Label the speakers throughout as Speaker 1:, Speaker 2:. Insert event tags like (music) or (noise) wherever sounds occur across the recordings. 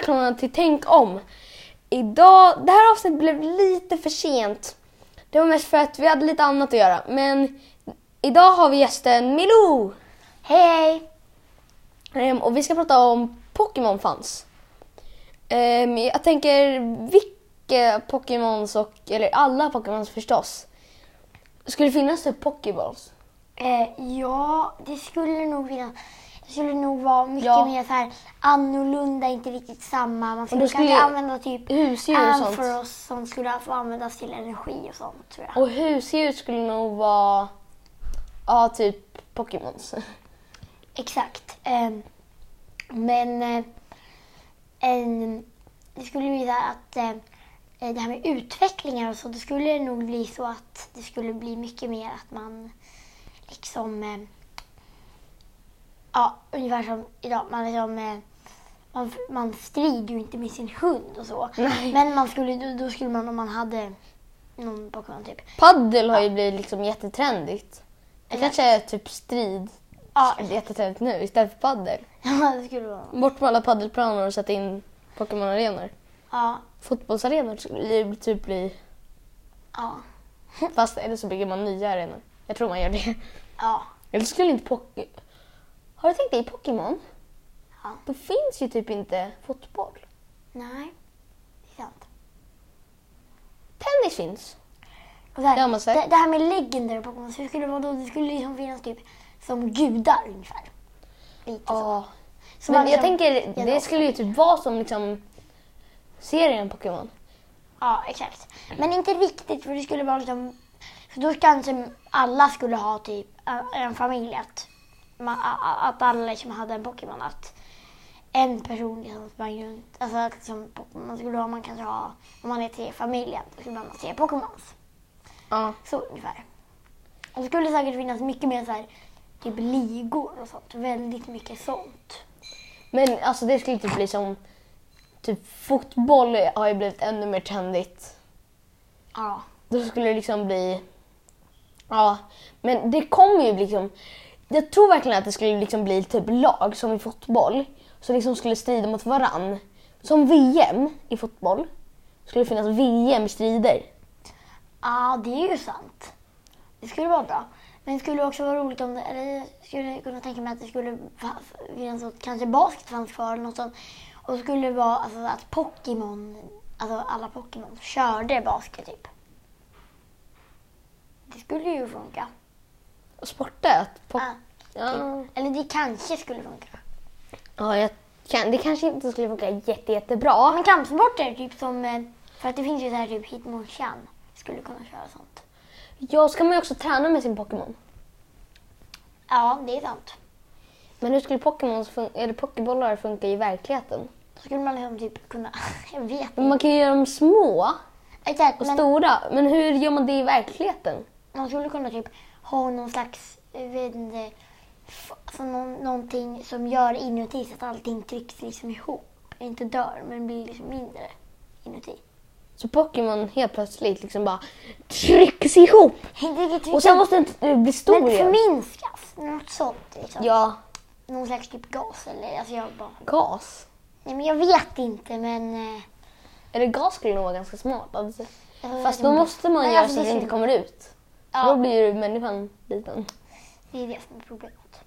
Speaker 1: välkomna till Tänk om. Idag, det här avsnittet blev lite för sent. Det var mest för att vi hade lite annat att göra. Men idag har vi gästen Milou!
Speaker 2: Hej hej!
Speaker 1: Ehm, och vi ska prata om Pokémon fans. Ehm, jag tänker vilka Pokémons och, eller alla Pokémons förstås. Skulle det finnas typ Pokéballs?
Speaker 2: Eh, ja, det skulle nog finnas. Det skulle nog vara mycket
Speaker 1: Ja.
Speaker 2: mer så här annorlunda, inte riktigt samma. Man skulle,
Speaker 1: då skulle ju-
Speaker 2: kanske använda typ
Speaker 1: Husdjur och sånt.
Speaker 2: Ampharos som skulle få användas till energi och sånt tror jag.
Speaker 1: Och husdjur skulle nog vara, ja typ Pokémons. (laughs)
Speaker 2: Exakt. Ehm, men eh, en, det skulle ju vara att eh, det här med utvecklingar och så, det skulle nog bli så att det skulle bli mycket mer att man liksom, eh, ja, ungefär som idag, man liksom eh, man, man strider ju inte med sin hund och så.
Speaker 1: Nej.
Speaker 2: Men man skulle, då, då skulle man om man hade någon Pokémon typ.
Speaker 1: Paddel har ju blivit liksom jättetrendigt. Det
Speaker 2: Eller-
Speaker 1: kanske är typ strid.
Speaker 2: Ja,
Speaker 1: Det är jättetrendigt nu istället för paddel.
Speaker 2: (laughs) det skulle vara.
Speaker 1: Bort med alla paddelplaner och sätta in Pokémon-arenor.
Speaker 2: Ja,
Speaker 1: Fotbollsarenor skulle ju typ bli...
Speaker 2: ja,
Speaker 1: Fast eller så bygger man nya arenor. Jag tror man gör det.
Speaker 2: ja.
Speaker 1: Eller skulle inte Poké... Har du tänkt dig Pokémon?
Speaker 2: Ja.
Speaker 1: Då finns ju typ inte fotboll.
Speaker 2: Nej, det är sant.
Speaker 1: Tennis finns.
Speaker 2: Och så här,
Speaker 1: Det har man sett.
Speaker 2: Det, det här med legendary Pokémon, så skulle det, vara då, det skulle liksom finnas typ som gudar ungefär. Lite så.
Speaker 1: Ja.
Speaker 2: så.
Speaker 1: Men
Speaker 2: man
Speaker 1: jag
Speaker 2: liksom-
Speaker 1: tänker, det skulle ju typ vara som liksom serien Pokémon.
Speaker 2: Ja, exakt. Men inte riktigt för det skulle vara liksom... För då kanske alla skulle ha typ en, en familj att, man, a- a- att alla liksom hade en Pokémon. Att en person liksom sprang runt. Alltså att liksom, Pokémon- man skulle ha, man kanske ha, om man är tre familjer, då skulle man ha tre Pokémons.
Speaker 1: Ja.
Speaker 2: Så ungefär. Och det skulle säkert finnas mycket mer så här, typ ligor och sånt. Väldigt mycket sånt.
Speaker 1: Men alltså det skulle typ bli som... Typ fotboll har ju blivit ännu mer trendigt.
Speaker 2: Ja.
Speaker 1: Då skulle det liksom bli... Ja, men det kommer ju liksom... Jag tror verkligen att det skulle liksom bli typ lag som i fotboll som liksom skulle strida mot varann. Som VM i fotboll skulle det finnas VM i strider.
Speaker 2: Ja, det är ju sant. Det skulle vara bra. Men det skulle också vara roligt om det, eller jag skulle kunna tänka mig att det skulle fa- finnas något, kanske basket fanns kvar eller något sånt. Och det skulle vara alltså, att Pokémon, alltså alla Pokémon körde basket typ. Det skulle ju funka.
Speaker 1: Och sporta. Att po-
Speaker 2: Ah,
Speaker 1: ja.
Speaker 2: Eller det kanske skulle funka.
Speaker 1: ja, jag kan, det kanske inte skulle funka jätte, jättebra.
Speaker 2: Men kampsporter, typ som, eh, för att det finns ju så här typ Hitmonchan, skulle kunna köra sånt.
Speaker 1: Ja, ska man ju också träna med sin Pokémon.
Speaker 2: Ja, det är sant.
Speaker 1: Men hur skulle Pokémons fun- eller Pokébollar funka i verkligheten?
Speaker 2: Då skulle man liksom typ kunna, (laughs) jag vet
Speaker 1: Men man kan ju göra dem små
Speaker 2: Exakt,
Speaker 1: och
Speaker 2: men
Speaker 1: stora. Men hur gör man det i verkligheten?
Speaker 2: man skulle kunna typ ha någon slags, jag vet inte, f- alltså någon, någonting som gör inuti så att allting trycks liksom ihop. Inte dör, men blir liksom mindre inuti.
Speaker 1: Så Pokémon helt plötsligt liksom bara trycks ihop.
Speaker 2: Inte riktigt trycks
Speaker 1: Och sen måste den t- bli
Speaker 2: men
Speaker 1: stor igen.
Speaker 2: förminskas. Något sånt liksom.
Speaker 1: Ja,
Speaker 2: Någon slags typ gas eller, alltså jag bara,
Speaker 1: gas.
Speaker 2: nej men jag vet inte men... eh,
Speaker 1: Eller gas skulle nog vara ganska smart. Alltså.
Speaker 2: jag vet
Speaker 1: Fast då
Speaker 2: inte.
Speaker 1: måste man
Speaker 2: Men
Speaker 1: göra
Speaker 2: alltså,
Speaker 1: så att det
Speaker 2: skulle-
Speaker 1: inte kommer ut.
Speaker 2: Ja.
Speaker 1: Då blir ju människan liten.
Speaker 2: Det är det som är problemet.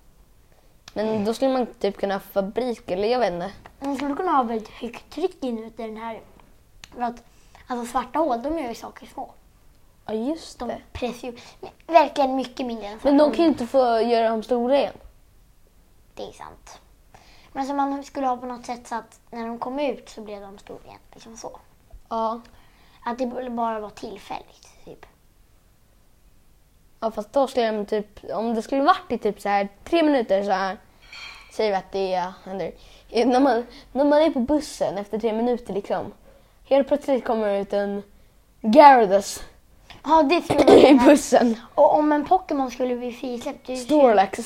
Speaker 1: Men då skulle man typ kunna ha fabrik eller jag vet inte.
Speaker 2: Man skulle kunna ha väldigt högt tryck inuti den här. För att alltså svarta hål, de gör ju saker små.
Speaker 1: Ja just
Speaker 2: De
Speaker 1: det.
Speaker 2: pressar ju verkligen mycket mindre än
Speaker 1: Men de
Speaker 2: svarta
Speaker 1: kan ju inte få göra dem stora igen.
Speaker 2: Det är sant. Men som man skulle ha på något sätt så att när de kom ut så blev de stora igen. Liksom så.
Speaker 1: Ja.
Speaker 2: Att det b- bara var tillfälligt. Typ.
Speaker 1: ja fast då skulle de typ, om det skulle varit i typ så här tre minuter så här säger vi att det är, händer. Eh, När man, när man är på bussen efter tre minuter liksom. Helt plötsligt kommer det ut en Gyarados
Speaker 2: Ja,
Speaker 1: (laughs)
Speaker 2: det skulle
Speaker 1: i
Speaker 2: vara
Speaker 1: bussen.
Speaker 2: Och om en Pokémon skulle bli frisläppt. det skulle-
Speaker 1: Snorlax.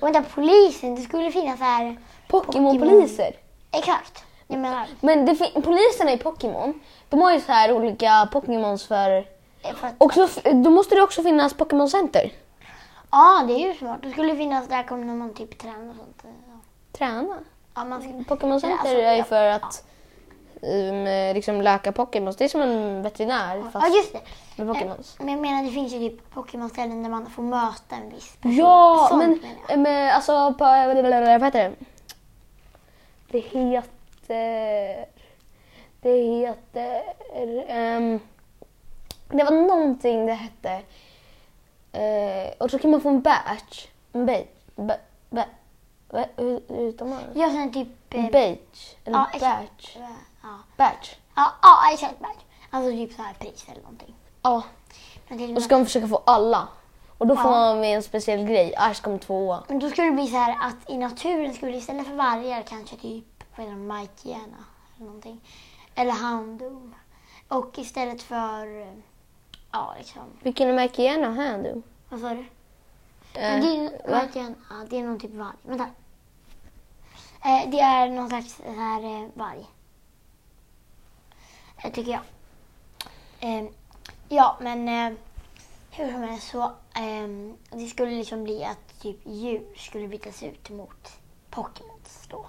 Speaker 2: Och vänta, polisen. Det skulle finnas här.
Speaker 1: Pokémon-poliser.
Speaker 2: Exakt. Jag menar,
Speaker 1: Men det fin- poliserna i Pokémon, de har ju så här olika Pokémons för...
Speaker 2: eh, för att,
Speaker 1: Och så, f- då måste det också finnas Pokémon Center.
Speaker 2: ja, det är ju smart. Det skulle finnas där kommer när man typ tränar och sånt. eh,
Speaker 1: Träna.
Speaker 2: Ja, man skulle,
Speaker 1: Mm, Pokémon Center
Speaker 2: Alltså,
Speaker 1: är ju
Speaker 2: ja,
Speaker 1: för att i- med liksom läkar-Pokémons. Det är som en veterinär
Speaker 2: Ja,
Speaker 1: fast
Speaker 2: just det. Eh,
Speaker 1: med Pokémons.
Speaker 2: Men jag menar det finns ju typ Pokémon-ställen där man får möta en viss person.
Speaker 1: Ja,
Speaker 2: Sånt
Speaker 1: men,
Speaker 2: menar jag.
Speaker 1: men alltså på, vad heter det? Det heter... Det heter... ehm, det var någonting det hette. Eh, och så kan man få en badge. En badge. Ba, ba, ba, hur hur uttalar man det?
Speaker 2: Jag känner typ... eh,
Speaker 1: Badge. Eller
Speaker 2: ja,
Speaker 1: badge.
Speaker 2: Ja,
Speaker 1: Badge.
Speaker 2: ja, ja exakt. badge. Alltså typ så här pris eller någonting.
Speaker 1: Ja.
Speaker 2: Men, liksom- till och
Speaker 1: Och
Speaker 2: med,
Speaker 1: så ska man försöka få alla. Och då får
Speaker 2: Ja.
Speaker 1: man med en speciell grej. Ash kom tvåa.
Speaker 2: men då skulle det bli så här att i naturen skulle det istället för vargar kanske typ, vad heter de, majkgena eller någonting. Eller houndoom. Och istället för, eh, ja liksom,
Speaker 1: Vilken är Mike igen och här du?
Speaker 2: vad sa du?
Speaker 1: Eh,
Speaker 2: Men det är ju verkligen, ja, det är någon typ varg. Vänta. Eh, det är någon slags så här eh, varg. Eh, tycker jag. Eh, ja, men eh, hur som helst så. ehm, det skulle liksom bli att typ djur skulle bytas ut mot Pokémons då.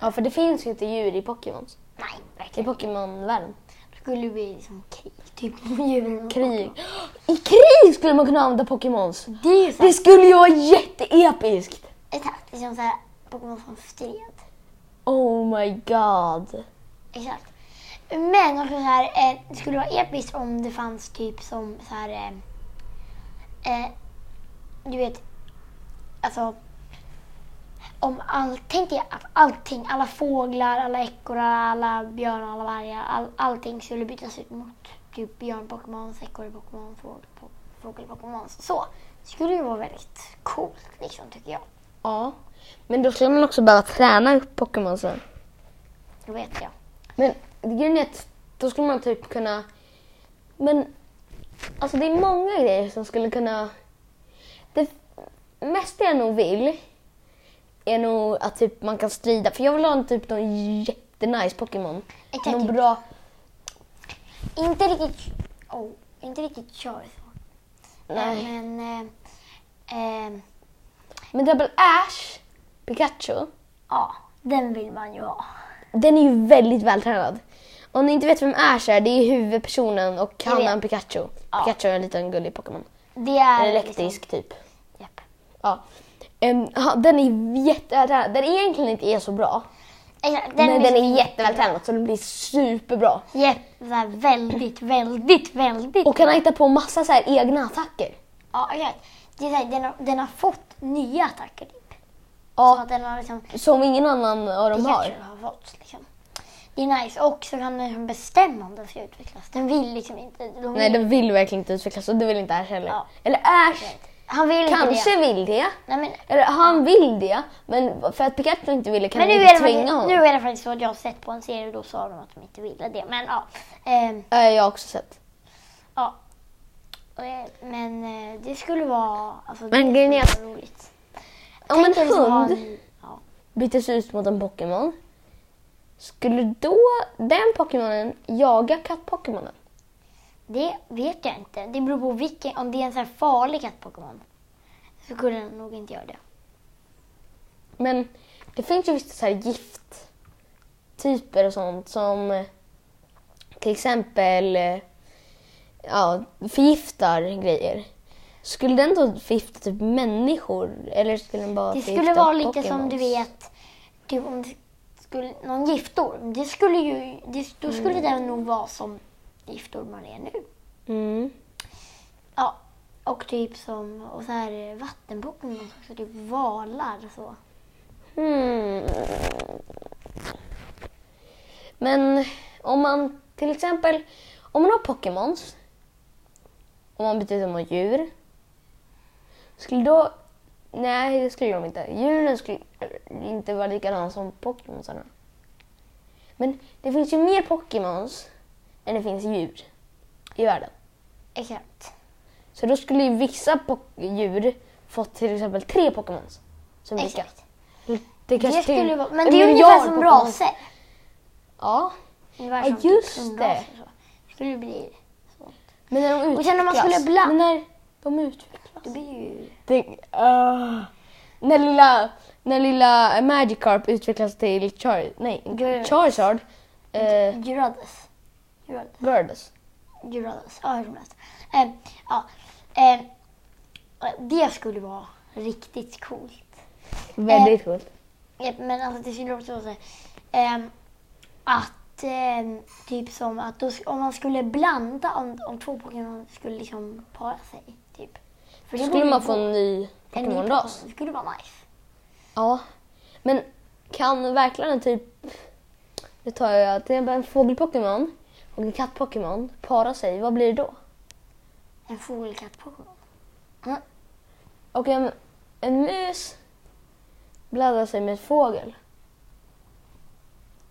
Speaker 1: Ja, för det finns ju inte djur i Pokémons.
Speaker 2: Nej,
Speaker 1: I
Speaker 2: verkligen.
Speaker 1: Pokémon-världen.
Speaker 2: Det skulle det bli liksom krig. Typ djuren och
Speaker 1: Krig. I krig skulle man kunna använda Pokémons.
Speaker 2: Det är ju så
Speaker 1: Det skulle ju vara jätteepiskt.
Speaker 2: Exakt, liksom så här Pokémon som stred.
Speaker 1: Oh my god.
Speaker 2: Exakt. Men också så här, eh, det skulle vara episkt om det fanns typ som så här, eh, eh, du vet, alltså om all, tänk dig att allting, alla fåglar, alla ekorrar, alla björnar, alla vargar, all, allting skulle bytas ut mot typ björn-pokémons, ekorre-pokémon, fågel- fågel-pokémons. Så. Det skulle ju vara väldigt coolt liksom tycker jag.
Speaker 1: Ja. Men då skulle man också behöva träna upp Pokémonsen.
Speaker 2: Det vet jag.
Speaker 1: Men grejen är att då skulle man typ kunna... Men alltså det är många grejer som skulle kunna... Det mesta jag nog vill är nog att typ man kan strida. För jag vill ha en typ någon jättenice Pokémon.
Speaker 2: Exakt.
Speaker 1: Någon bra...
Speaker 2: Inte riktigt, oh, inte riktigt Charizard.
Speaker 1: Nej.
Speaker 2: Men, eh, eh,
Speaker 1: Men Double Ash, Pikachu,
Speaker 2: ja, den vill man ju ha.
Speaker 1: den är ju väldigt vältränad. Om ni inte vet vem Ash är, det är huvudpersonen och han
Speaker 2: Jag vet.
Speaker 1: är en Pikachu.
Speaker 2: Ja.
Speaker 1: Pikachu är en liten gullig Pokémon.
Speaker 2: Det är
Speaker 1: En elektrisk typ.
Speaker 2: Liksom, japp.
Speaker 1: Ja. Ehm, ha- den är jättevältränad. Den egentligen inte är så bra.
Speaker 2: Exakt,
Speaker 1: men
Speaker 2: liksom
Speaker 1: den är
Speaker 2: jätte-
Speaker 1: jättevältränad så den blir superbra.
Speaker 2: Japp, så här väldigt, väldigt, väldigt.
Speaker 1: Och kan han hitta på massa så här egna attacker.
Speaker 2: ja, exakt. Det är så här, den, har, den har fått nya attacker typ. Så
Speaker 1: Ja,
Speaker 2: att den har liksom,
Speaker 1: som ingen annan av dem
Speaker 2: Pikachu
Speaker 1: har.
Speaker 2: har fått liksom. Det är nice. Och så kan den liksom bestämma om den ska utvecklas. Den vill liksom inte. de
Speaker 1: Nej,
Speaker 2: vill-
Speaker 1: den vill verkligen inte utvecklas och det vill inte Ash heller.
Speaker 2: Ja.
Speaker 1: Eller Ash
Speaker 2: Han vill inte det.
Speaker 1: kanske vill det.
Speaker 2: Nej, men,
Speaker 1: Eller han vill det, men för att Pikachu inte ville kan
Speaker 2: men nu,
Speaker 1: man
Speaker 2: är
Speaker 1: inte
Speaker 2: det
Speaker 1: tvinga
Speaker 2: faktiskt, nu
Speaker 1: honom.
Speaker 2: är det faktiskt så att jag har sett på en serie och då sa de att de inte ville det. Men ja. Ehm,
Speaker 1: Äh, Jag har också sett.
Speaker 2: Ja. Och, eh, Men eh, det skulle vara... Alltså,
Speaker 1: Men
Speaker 2: det
Speaker 1: grejen är
Speaker 2: skulle vara roligt.
Speaker 1: Om en
Speaker 2: Tänk dig liksom ha
Speaker 1: hund
Speaker 2: en- ja.
Speaker 1: byttes ut mot en Pokémon, skulle då den Pokémonen jaga katt-Pokémonen?
Speaker 2: Det vet jag inte. Det beror på vilken, om det är en sån här farlig katt-Pokémon. Så skulle den nog inte göra det.
Speaker 1: Men det finns ju vissa så här gifttyper och sånt som eh, till exempel eh, ja, förgiftar grejer. Skulle den då förgifta typ människor eller skulle den bara
Speaker 2: Det
Speaker 1: förgifta
Speaker 2: skulle vara lite som
Speaker 1: Pokémons?
Speaker 2: du vet, typ om det skulle, någon giftorm. Det skulle ju, det, då skulle den nog vara som giftormar är nu.
Speaker 1: Mm.
Speaker 2: Ja. Och typ som och så här eh, vattenpokémon också, typ valar och så.
Speaker 1: Hmm. Men om man till exempel om man har Pokémons och man byter ut dem mot djur. Skulle då... Nej, det skulle de inte. Djuren skulle inte vara likadana som Pokémonsarna. Men det finns ju mer Pokémons än det finns djur i världen.
Speaker 2: Exakt.
Speaker 1: Så då skulle ju vissa pok- djur fått till exempel tre Pokémons. Som lika.
Speaker 2: Exakt.
Speaker 1: Det,
Speaker 2: Det
Speaker 1: kanske till-
Speaker 2: skulle vara, men
Speaker 1: en
Speaker 2: det är ungefär
Speaker 1: miljard
Speaker 2: som
Speaker 1: Pokémons.
Speaker 2: raser.
Speaker 1: Ja,
Speaker 2: Ungefär
Speaker 1: Ja,
Speaker 2: som
Speaker 1: just
Speaker 2: typ
Speaker 1: det.
Speaker 2: hundraser och så. skulle det bli...
Speaker 1: men när de utvecklas.
Speaker 2: Och sen när man skulle blanda-
Speaker 1: Men när de utvecklas.
Speaker 2: Det blir ju...
Speaker 1: Det, ah. när, lilla, när lilla Magikarp utvecklas till Char, nej,
Speaker 2: Gud.
Speaker 1: Charizard, Eh,
Speaker 2: Gyrodes. Gyrodes.
Speaker 1: Girdes.
Speaker 2: Gyrodes. Ja, hur som helst. Eh, ja. Eh, det skulle vara riktigt coolt.
Speaker 1: Väldigt coolt.
Speaker 2: Ja, Men alltså det skulle också vara så här, ehm, att ehm, typ som att då, sk- om man skulle blanda, om, om två Pokémon skulle liksom para sig. Typ. För det
Speaker 1: Skulle
Speaker 2: borde
Speaker 1: man
Speaker 2: ju
Speaker 1: få en ny
Speaker 2: en ny
Speaker 1: Pokémon-ras?
Speaker 2: Pokémon. Det skulle vara nice.
Speaker 1: Ja. Men kan verkligen typ... Nu tar jag till exempel en fågel-Pokémon och en katt-Pokémon para sig. Vad blir det då?
Speaker 2: En fågelkatt-Pokémon.
Speaker 1: Och en, en mus blandar sig med en fågel.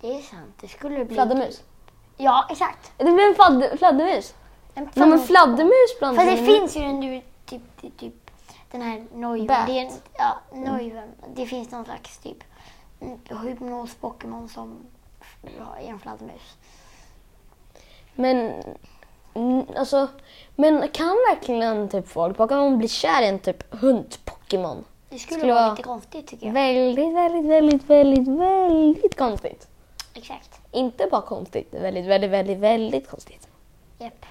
Speaker 2: Det är sant, det skulle bli...
Speaker 1: Fladdermus.
Speaker 2: Ja, exakt.
Speaker 1: Det blir en fladder, fladdermus.
Speaker 2: En
Speaker 1: Nej men
Speaker 2: fladdermus.
Speaker 1: fladdermus blandar
Speaker 2: För
Speaker 1: sig
Speaker 2: det
Speaker 1: med en
Speaker 2: finns ju en du, typ, typ, typ den här
Speaker 1: Bat.
Speaker 2: Noiven. Det, är en- ja, Noiven. det finns någon slags typ mm, hypnos-Pokémon som f- har- är en fladdermus.
Speaker 1: Men, mm, alltså, men kan verkligen typ fågel-Pokémon bli kär i en typ hund-Pokémon?
Speaker 2: Det skulle,
Speaker 1: Skulle
Speaker 2: vara,
Speaker 1: vara-
Speaker 2: lite konstigt tycker jag.
Speaker 1: Väldigt, väldigt, väldigt, väldigt, väldigt konstigt.
Speaker 2: Exakt.
Speaker 1: Inte bara konstigt, väldigt, väldigt, väldigt, väldigt konstigt.
Speaker 2: Japp.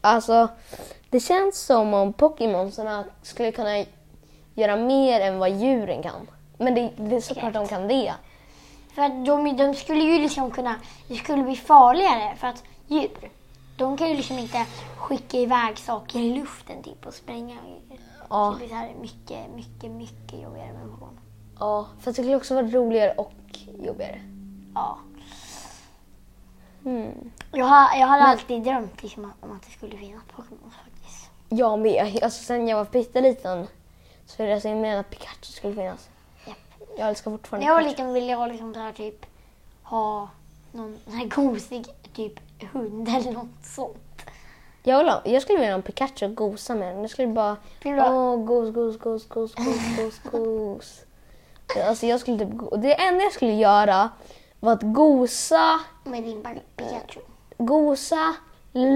Speaker 1: Alltså, det känns som om Pokémonsarna skulle kunna göra mer än vad djuren kan. Men det, det är såklart de kan det.
Speaker 2: För att de, de skulle ju liksom kunna, det skulle bli farligare för att djur, de kan ju liksom inte skicka iväg saker i luften typ och spränga.
Speaker 1: Ja.
Speaker 2: Det blir så här mycket, mycket, mycket jobbigare med Pokémon.
Speaker 1: Ja, för det skulle också vara roligare och jobbigare.
Speaker 2: Ja.
Speaker 1: Mm.
Speaker 2: Jag har, jag har alltid drömt liksom att- om att det skulle finnas Pokémon faktiskt.
Speaker 1: Jag med. Alltså, sen jag var pytteliten så ville jag så gärna att Pikachu skulle finnas.
Speaker 2: Japp.
Speaker 1: Jag älskar fortfarande
Speaker 2: När jag var
Speaker 1: Pikachu.
Speaker 2: liten ville jag liksom så här typ ha någon sån här gosig typ hund (laughs) eller något sånt.
Speaker 1: Jag, vill ha, jag skulle vilja ha en Pikachu och gosa med den. Jag skulle bara...
Speaker 2: Vill du ha-
Speaker 1: Åh, gos, gos, gos, gos, gos, gos,
Speaker 2: (laughs)
Speaker 1: gos. Alltså jag skulle typ... go- Det enda jag skulle göra var att gosa,
Speaker 2: Med din pa- Pikachu.
Speaker 1: gosa,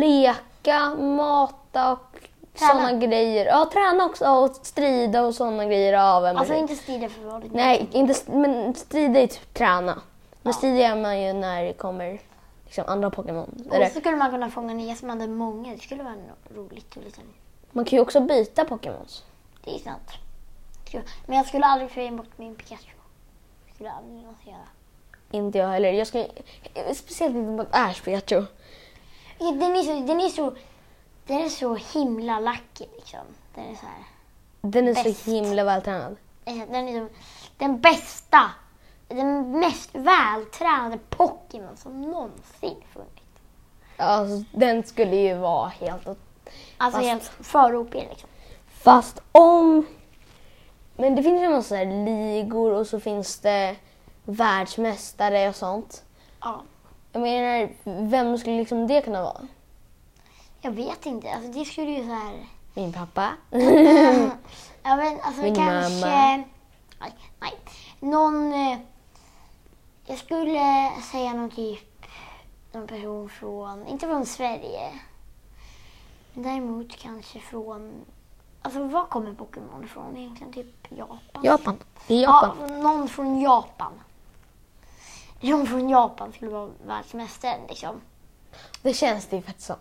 Speaker 1: leka, mata och
Speaker 2: Träna.
Speaker 1: sådana grejer. Ja, träna också och strida och sådana grejer av en
Speaker 2: Alltså
Speaker 1: person.
Speaker 2: inte strida för vad
Speaker 1: Nej, inte, st- men strida är typ träna. Men strida gör man ju när det kommer liksom andra Pokémon.
Speaker 2: Och
Speaker 1: Eller-
Speaker 2: så skulle man kunna fånga nya som hade många. Det skulle vara no- roligt. Och liksom.
Speaker 1: Man kan ju också byta Pokémons.
Speaker 2: Det är sant. Skulle- Men jag skulle aldrig tröja bort min Pikachu. Det skulle jag aldrig någonsin göra.
Speaker 1: Inte jag heller. Jag skulle, speciellt inte mot Ash Pikachu.
Speaker 2: Ja, Den är, så, den, är så, den är så himla lacker liksom. Den är så här.
Speaker 1: Den är
Speaker 2: Bäst.
Speaker 1: så himla vältränad.
Speaker 2: Alltså, Den, är som- den bästa, den mest vältränade Pokémon som någonsin funnits.
Speaker 1: Alltså, den skulle ju vara helt... åt-
Speaker 2: Alltså
Speaker 1: Fast-
Speaker 2: helt för OP liksom.
Speaker 1: Fast om... Men det finns ju en massa så här ligor och så finns det världsmästare och sånt.
Speaker 2: Ja,
Speaker 1: Jag menar, vem skulle liksom det kunna vara?
Speaker 2: jag vet inte. Alltså det skulle ju så här...
Speaker 1: Min pappa?
Speaker 2: Ja men alltså
Speaker 1: Min
Speaker 2: kanske...
Speaker 1: mamma.
Speaker 2: Nej, nej. Någon... eh, Jag skulle säga någon typ... Någon person från... Inte från Sverige. Men däremot kanske från... Alltså var kommer Pokémon ifrån egentligen? Typ (laughs) Japan?
Speaker 1: Japan. I
Speaker 2: Ja,
Speaker 1: Japan.
Speaker 2: någon från Japan. Någon från Japan skulle vara världsmästaren liksom.
Speaker 1: Det känns det ju faktiskt som.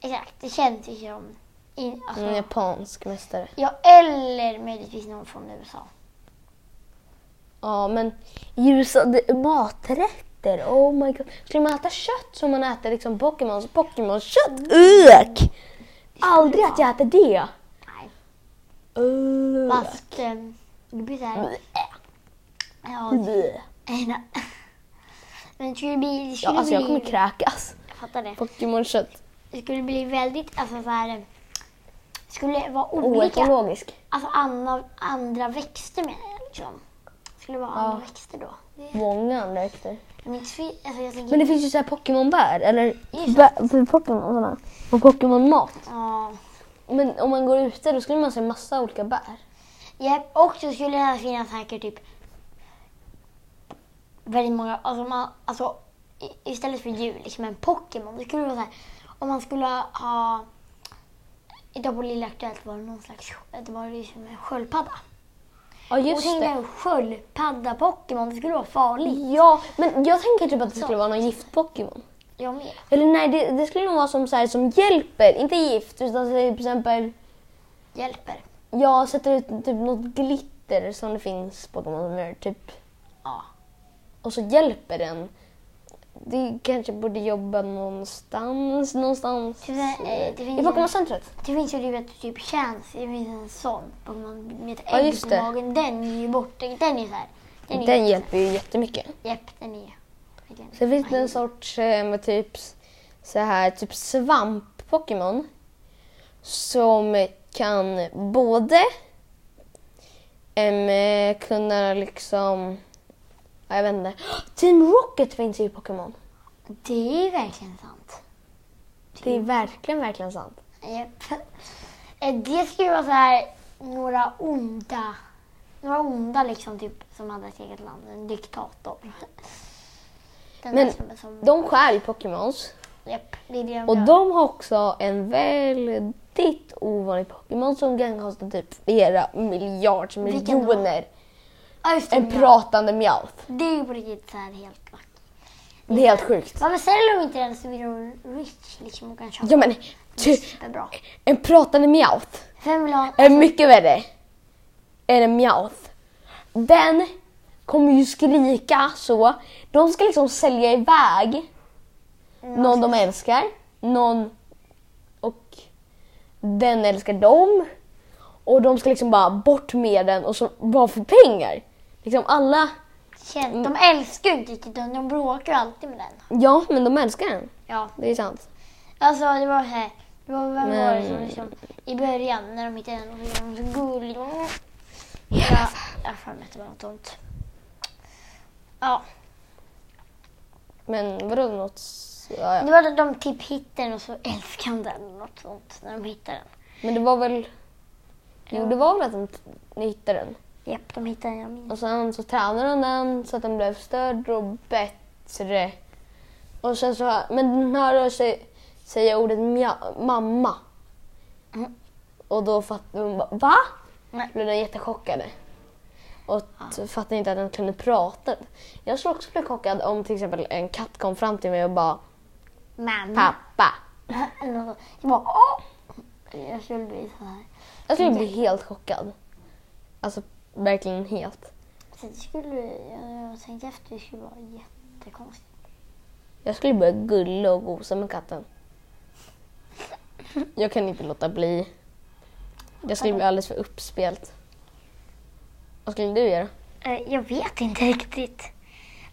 Speaker 2: Exakt, det känns ju som... In, alltså,
Speaker 1: En japansk mästare.
Speaker 2: Ja, eller möjligtvis någon från USA.
Speaker 1: Ja, men ljusa det- maträtter. Oh my god. Skulle man äta kött som man äter liksom Pokémons Pokémon-kött? Ök! Aldrig att jag äter det.
Speaker 2: Nej.
Speaker 1: Ök.
Speaker 2: Fast ehm, det blir såhär... Ja,
Speaker 1: Blä.
Speaker 2: nej. Men det skulle bli... Det skulle
Speaker 1: Ja, alltså jag
Speaker 2: bli
Speaker 1: kommer kräkas.
Speaker 2: jag fattar det.
Speaker 1: Pokémon-kött.
Speaker 2: Det skulle bli väldigt... Alltså så här, det skulle vara olika.
Speaker 1: Oekologisk.
Speaker 2: alltså andra, andra växter menar jag. Liksom. Det skulle vara andra växter då. Det,
Speaker 1: Många andra växter.
Speaker 2: jag minns fel. Alltså jag tänker...
Speaker 1: Men det finns ju så här Pokémon-bär. Eller
Speaker 2: Just
Speaker 1: bär för Pokémon och sådana. Och Pokémon-mat.
Speaker 2: Ja.
Speaker 1: Men om man går ute då skulle man se massa olika bär.
Speaker 2: Ja, och så skulle det finnas säkert typ väldigt många, alltså, man, alltså i- istället för djur, liksom en Pokémon. Det skulle vara så här, om man skulle ha, idag på Lilla Aktuellt var det någon slags, det var ju som en sköldpadda.
Speaker 1: Ja,
Speaker 2: och
Speaker 1: just
Speaker 2: tänk
Speaker 1: det.
Speaker 2: dig en sköldpadda-Pokémon, det skulle vara farligt.
Speaker 1: Ja, men jag tänker typ att det skulle vara någon gift-Pokémon.
Speaker 2: Jag med.
Speaker 1: Eller nej, det, det skulle nog vara som, så här, som hjälper, inte gift, utan säg till exempel
Speaker 2: Hjälper.
Speaker 1: jag sätter ut typ något glitter som det finns Pokémon som gör, typ.
Speaker 2: Ja.
Speaker 1: Och så hjälper den. Det kanske borde jobba någonstans, någonstans.
Speaker 2: Typ, eh, det finns
Speaker 1: I
Speaker 2: en-
Speaker 1: Pokémoncentret.
Speaker 2: Det finns ju du vet, typ Chance, det finns en sån Pokémon med ett
Speaker 1: Ja,
Speaker 2: ägg
Speaker 1: just
Speaker 2: på
Speaker 1: det.
Speaker 2: magen. Den är ju borta. Den är så här. är
Speaker 1: Den hjälper ju jättemycket.
Speaker 2: Japp, den är verkligen-
Speaker 1: Sen finns det en sorts eh, med typ, s- så här, typ svamp-Pokémon. Som kan både em, eh, kunna liksom... ja, Jag vet inte. Team Rocket finns ju i Pokémon.
Speaker 2: Det är verkligen sant.
Speaker 1: Det är verkligen, verkligen sant.
Speaker 2: Japp. Eh, Det skulle vara så här några onda, några onda liksom typ som hade ett eget land, en diktator. Den
Speaker 1: Men
Speaker 2: där snubben som,
Speaker 1: De stjäl Pokémons.
Speaker 2: japp, det är det de
Speaker 1: Och
Speaker 2: gör.
Speaker 1: de har också en väldigt ovanlig Pokémon som kan kosta typ flera miljards
Speaker 2: Vilken då?
Speaker 1: miljoner.
Speaker 2: Ja, just det,
Speaker 1: En
Speaker 2: ja.
Speaker 1: pratande mjauth.
Speaker 2: Det är ju på riktigt så här helt vackert.
Speaker 1: Det är helt sjukt.
Speaker 2: Varför säljer de inte den så blir de rich liksom och kan köpa
Speaker 1: Ja men, ty,
Speaker 2: superbra.
Speaker 1: en pratande mjauth.
Speaker 2: Vem vill ha
Speaker 1: är mycket värre än en mjauth. Den kommer ju skrika så. De ska liksom sälja iväg någon de älskar, någon och den älskar dem. Och de ska liksom bara bort med den och så bara för pengar. Liksom alla,
Speaker 2: känd? De älskar ju inte riktigt den, de bråkar ju alltid med den.
Speaker 1: ja men de älskar den.
Speaker 2: Ja,
Speaker 1: Det är sant.
Speaker 2: Alltså det var så här, det var vem var det som
Speaker 1: Men-
Speaker 2: liksom, i början när de hittade den och så var de så gulliga. Ja, jag har för mig att det var något sånt. Ja,
Speaker 1: Men vadå något? Ja, ja.
Speaker 2: det var att de typ hittade den och så älskade de den eller något sånt när de hittade den.
Speaker 1: Men det var väl, jo det var väl att de t- hittade den.
Speaker 2: Japp, de hittade den, jag minns.
Speaker 1: Och sen så tränade hon den så att den blev större och bättre. Och sen så, men den hörde sig säga ordet mja, mamma.
Speaker 2: Mm.
Speaker 1: Och då fattade hon bara, va?
Speaker 2: Nej. Ah.
Speaker 1: Blev den jättechockade. Och t- fattade inte att den kunde prata. Jag skulle också bli chockad om till exempel en katt kom fram till mig och bara,
Speaker 2: Mamma.
Speaker 1: pappa.
Speaker 2: (laughs) Eller något sånt. Jag bara åh! Jag skulle bli så här.
Speaker 1: Jag skulle
Speaker 2: Mm.
Speaker 1: bli helt chockad. Alltså verkligen helt.
Speaker 2: Sen skulle jag, jag tänkte efter, det skulle vara jättekonstigt.
Speaker 1: Jag skulle börja gulla och gosa med katten. Jag kan inte låta bli. Jag skulle bli alldeles för uppspelt. Vad skulle du göra?
Speaker 2: Eh, Jag vet inte riktigt.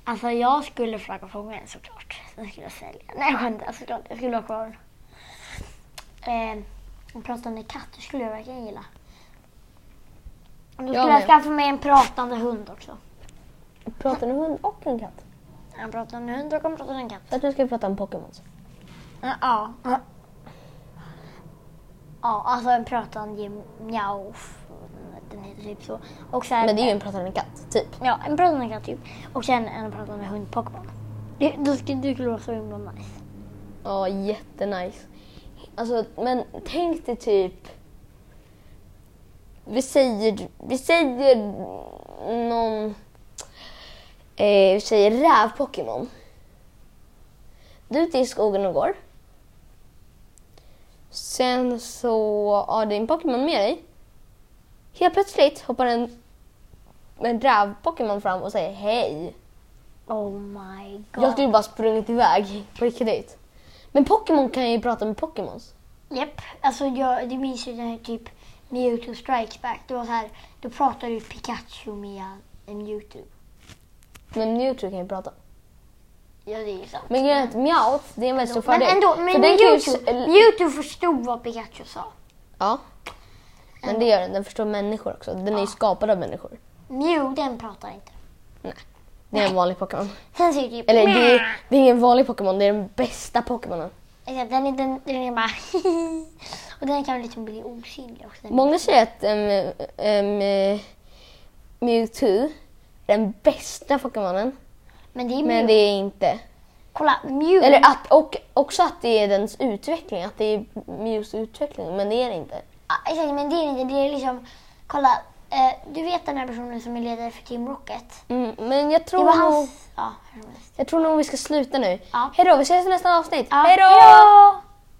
Speaker 2: Alltså jag skulle försöka fånga den såklart. Sen skulle jag sälja. Nej jag skämtar såklart. Jag skulle ha kvar den. Eh, en pratande katt, det skulle jag verkligen gilla. Då skulle jag,
Speaker 1: med.
Speaker 2: skaffa mig en pratande hund också.
Speaker 1: Prata en hund och en katt.
Speaker 2: En pratande hund och en pratande katt.
Speaker 1: Jag tror jag ska prata om Pokémon.
Speaker 2: Ja. Ja, alltså en pratande mjau. Den heter typ så. Och sen,
Speaker 1: Men det är ju en pratande katt, typ.
Speaker 2: Ja, en pratande katt typ. Och sen en pratande hund Pokémon. Det, det, skulle, det skulle vara så himla nice.
Speaker 1: Ja, jättenice. Alltså, men tänk dig typ... Vi säger, vi säger någon... Eh, vi säger räv-Pokémon. Du är ute i skogen och går. Sen så har din Pokémon med dig. Helt plötsligt hoppar en, en räv-Pokémon fram och säger hej.
Speaker 2: Oh my god.
Speaker 1: Jag skulle bara sprungit iväg på riktigt. Men Pokémon kan ju prata med Pokémons.
Speaker 2: Japp, alltså jag det minns ju den här typ Mewtwo Strikes Back. Det var så här, då pratade ju Pikachu med en Mewtwo.
Speaker 1: Men Mewtwo kan ju prata.
Speaker 2: Ja, det är ju sant.
Speaker 1: Men grejen är att Meowth, det är en väldigt stor
Speaker 2: Men
Speaker 1: fördel.
Speaker 2: ändå,
Speaker 1: För
Speaker 2: men
Speaker 1: den kan ju s-
Speaker 2: Mewtwo,
Speaker 1: l-
Speaker 2: Mewtwo förstod vad Pikachu sa.
Speaker 1: Ja. Men det gör den, den förstår människor också. Den är ju skapad av människor.
Speaker 2: Mew, den pratar inte.
Speaker 1: Det är en vanlig Pokémon.
Speaker 2: Sen säger typ...
Speaker 1: Eller det
Speaker 2: "Mää."
Speaker 1: är, det är ingen vanlig Pokémon, det är den bästa Pokémonen.
Speaker 2: Exakt, Den, är- den, den är bara... (laughs) och den kan liksom bli osynlig också. Den-
Speaker 1: Många säger att um, um, Mewtwo är den bästa Pokémonen,
Speaker 2: Men det är Mew.
Speaker 1: men det är inte.
Speaker 2: Kolla, Mew.
Speaker 1: Eller att, och också att det är dens utveckling, att det är Mews utveckling, men det är det inte.
Speaker 2: Ja, Exakt, men det är inte... Det är liksom... Kolla, Eh, du vet den här personen som är ledare för Team Rocket?
Speaker 1: Mm, men jag
Speaker 2: Det
Speaker 1: tror,
Speaker 2: var
Speaker 1: nog,
Speaker 2: hans... Ja, hur som helst.
Speaker 1: jag tror nog vi ska sluta nu.
Speaker 2: Ja.
Speaker 1: Hej då, vi ses i nästa avsnitt.
Speaker 2: Ja.
Speaker 1: Hej då!
Speaker 2: Hej då!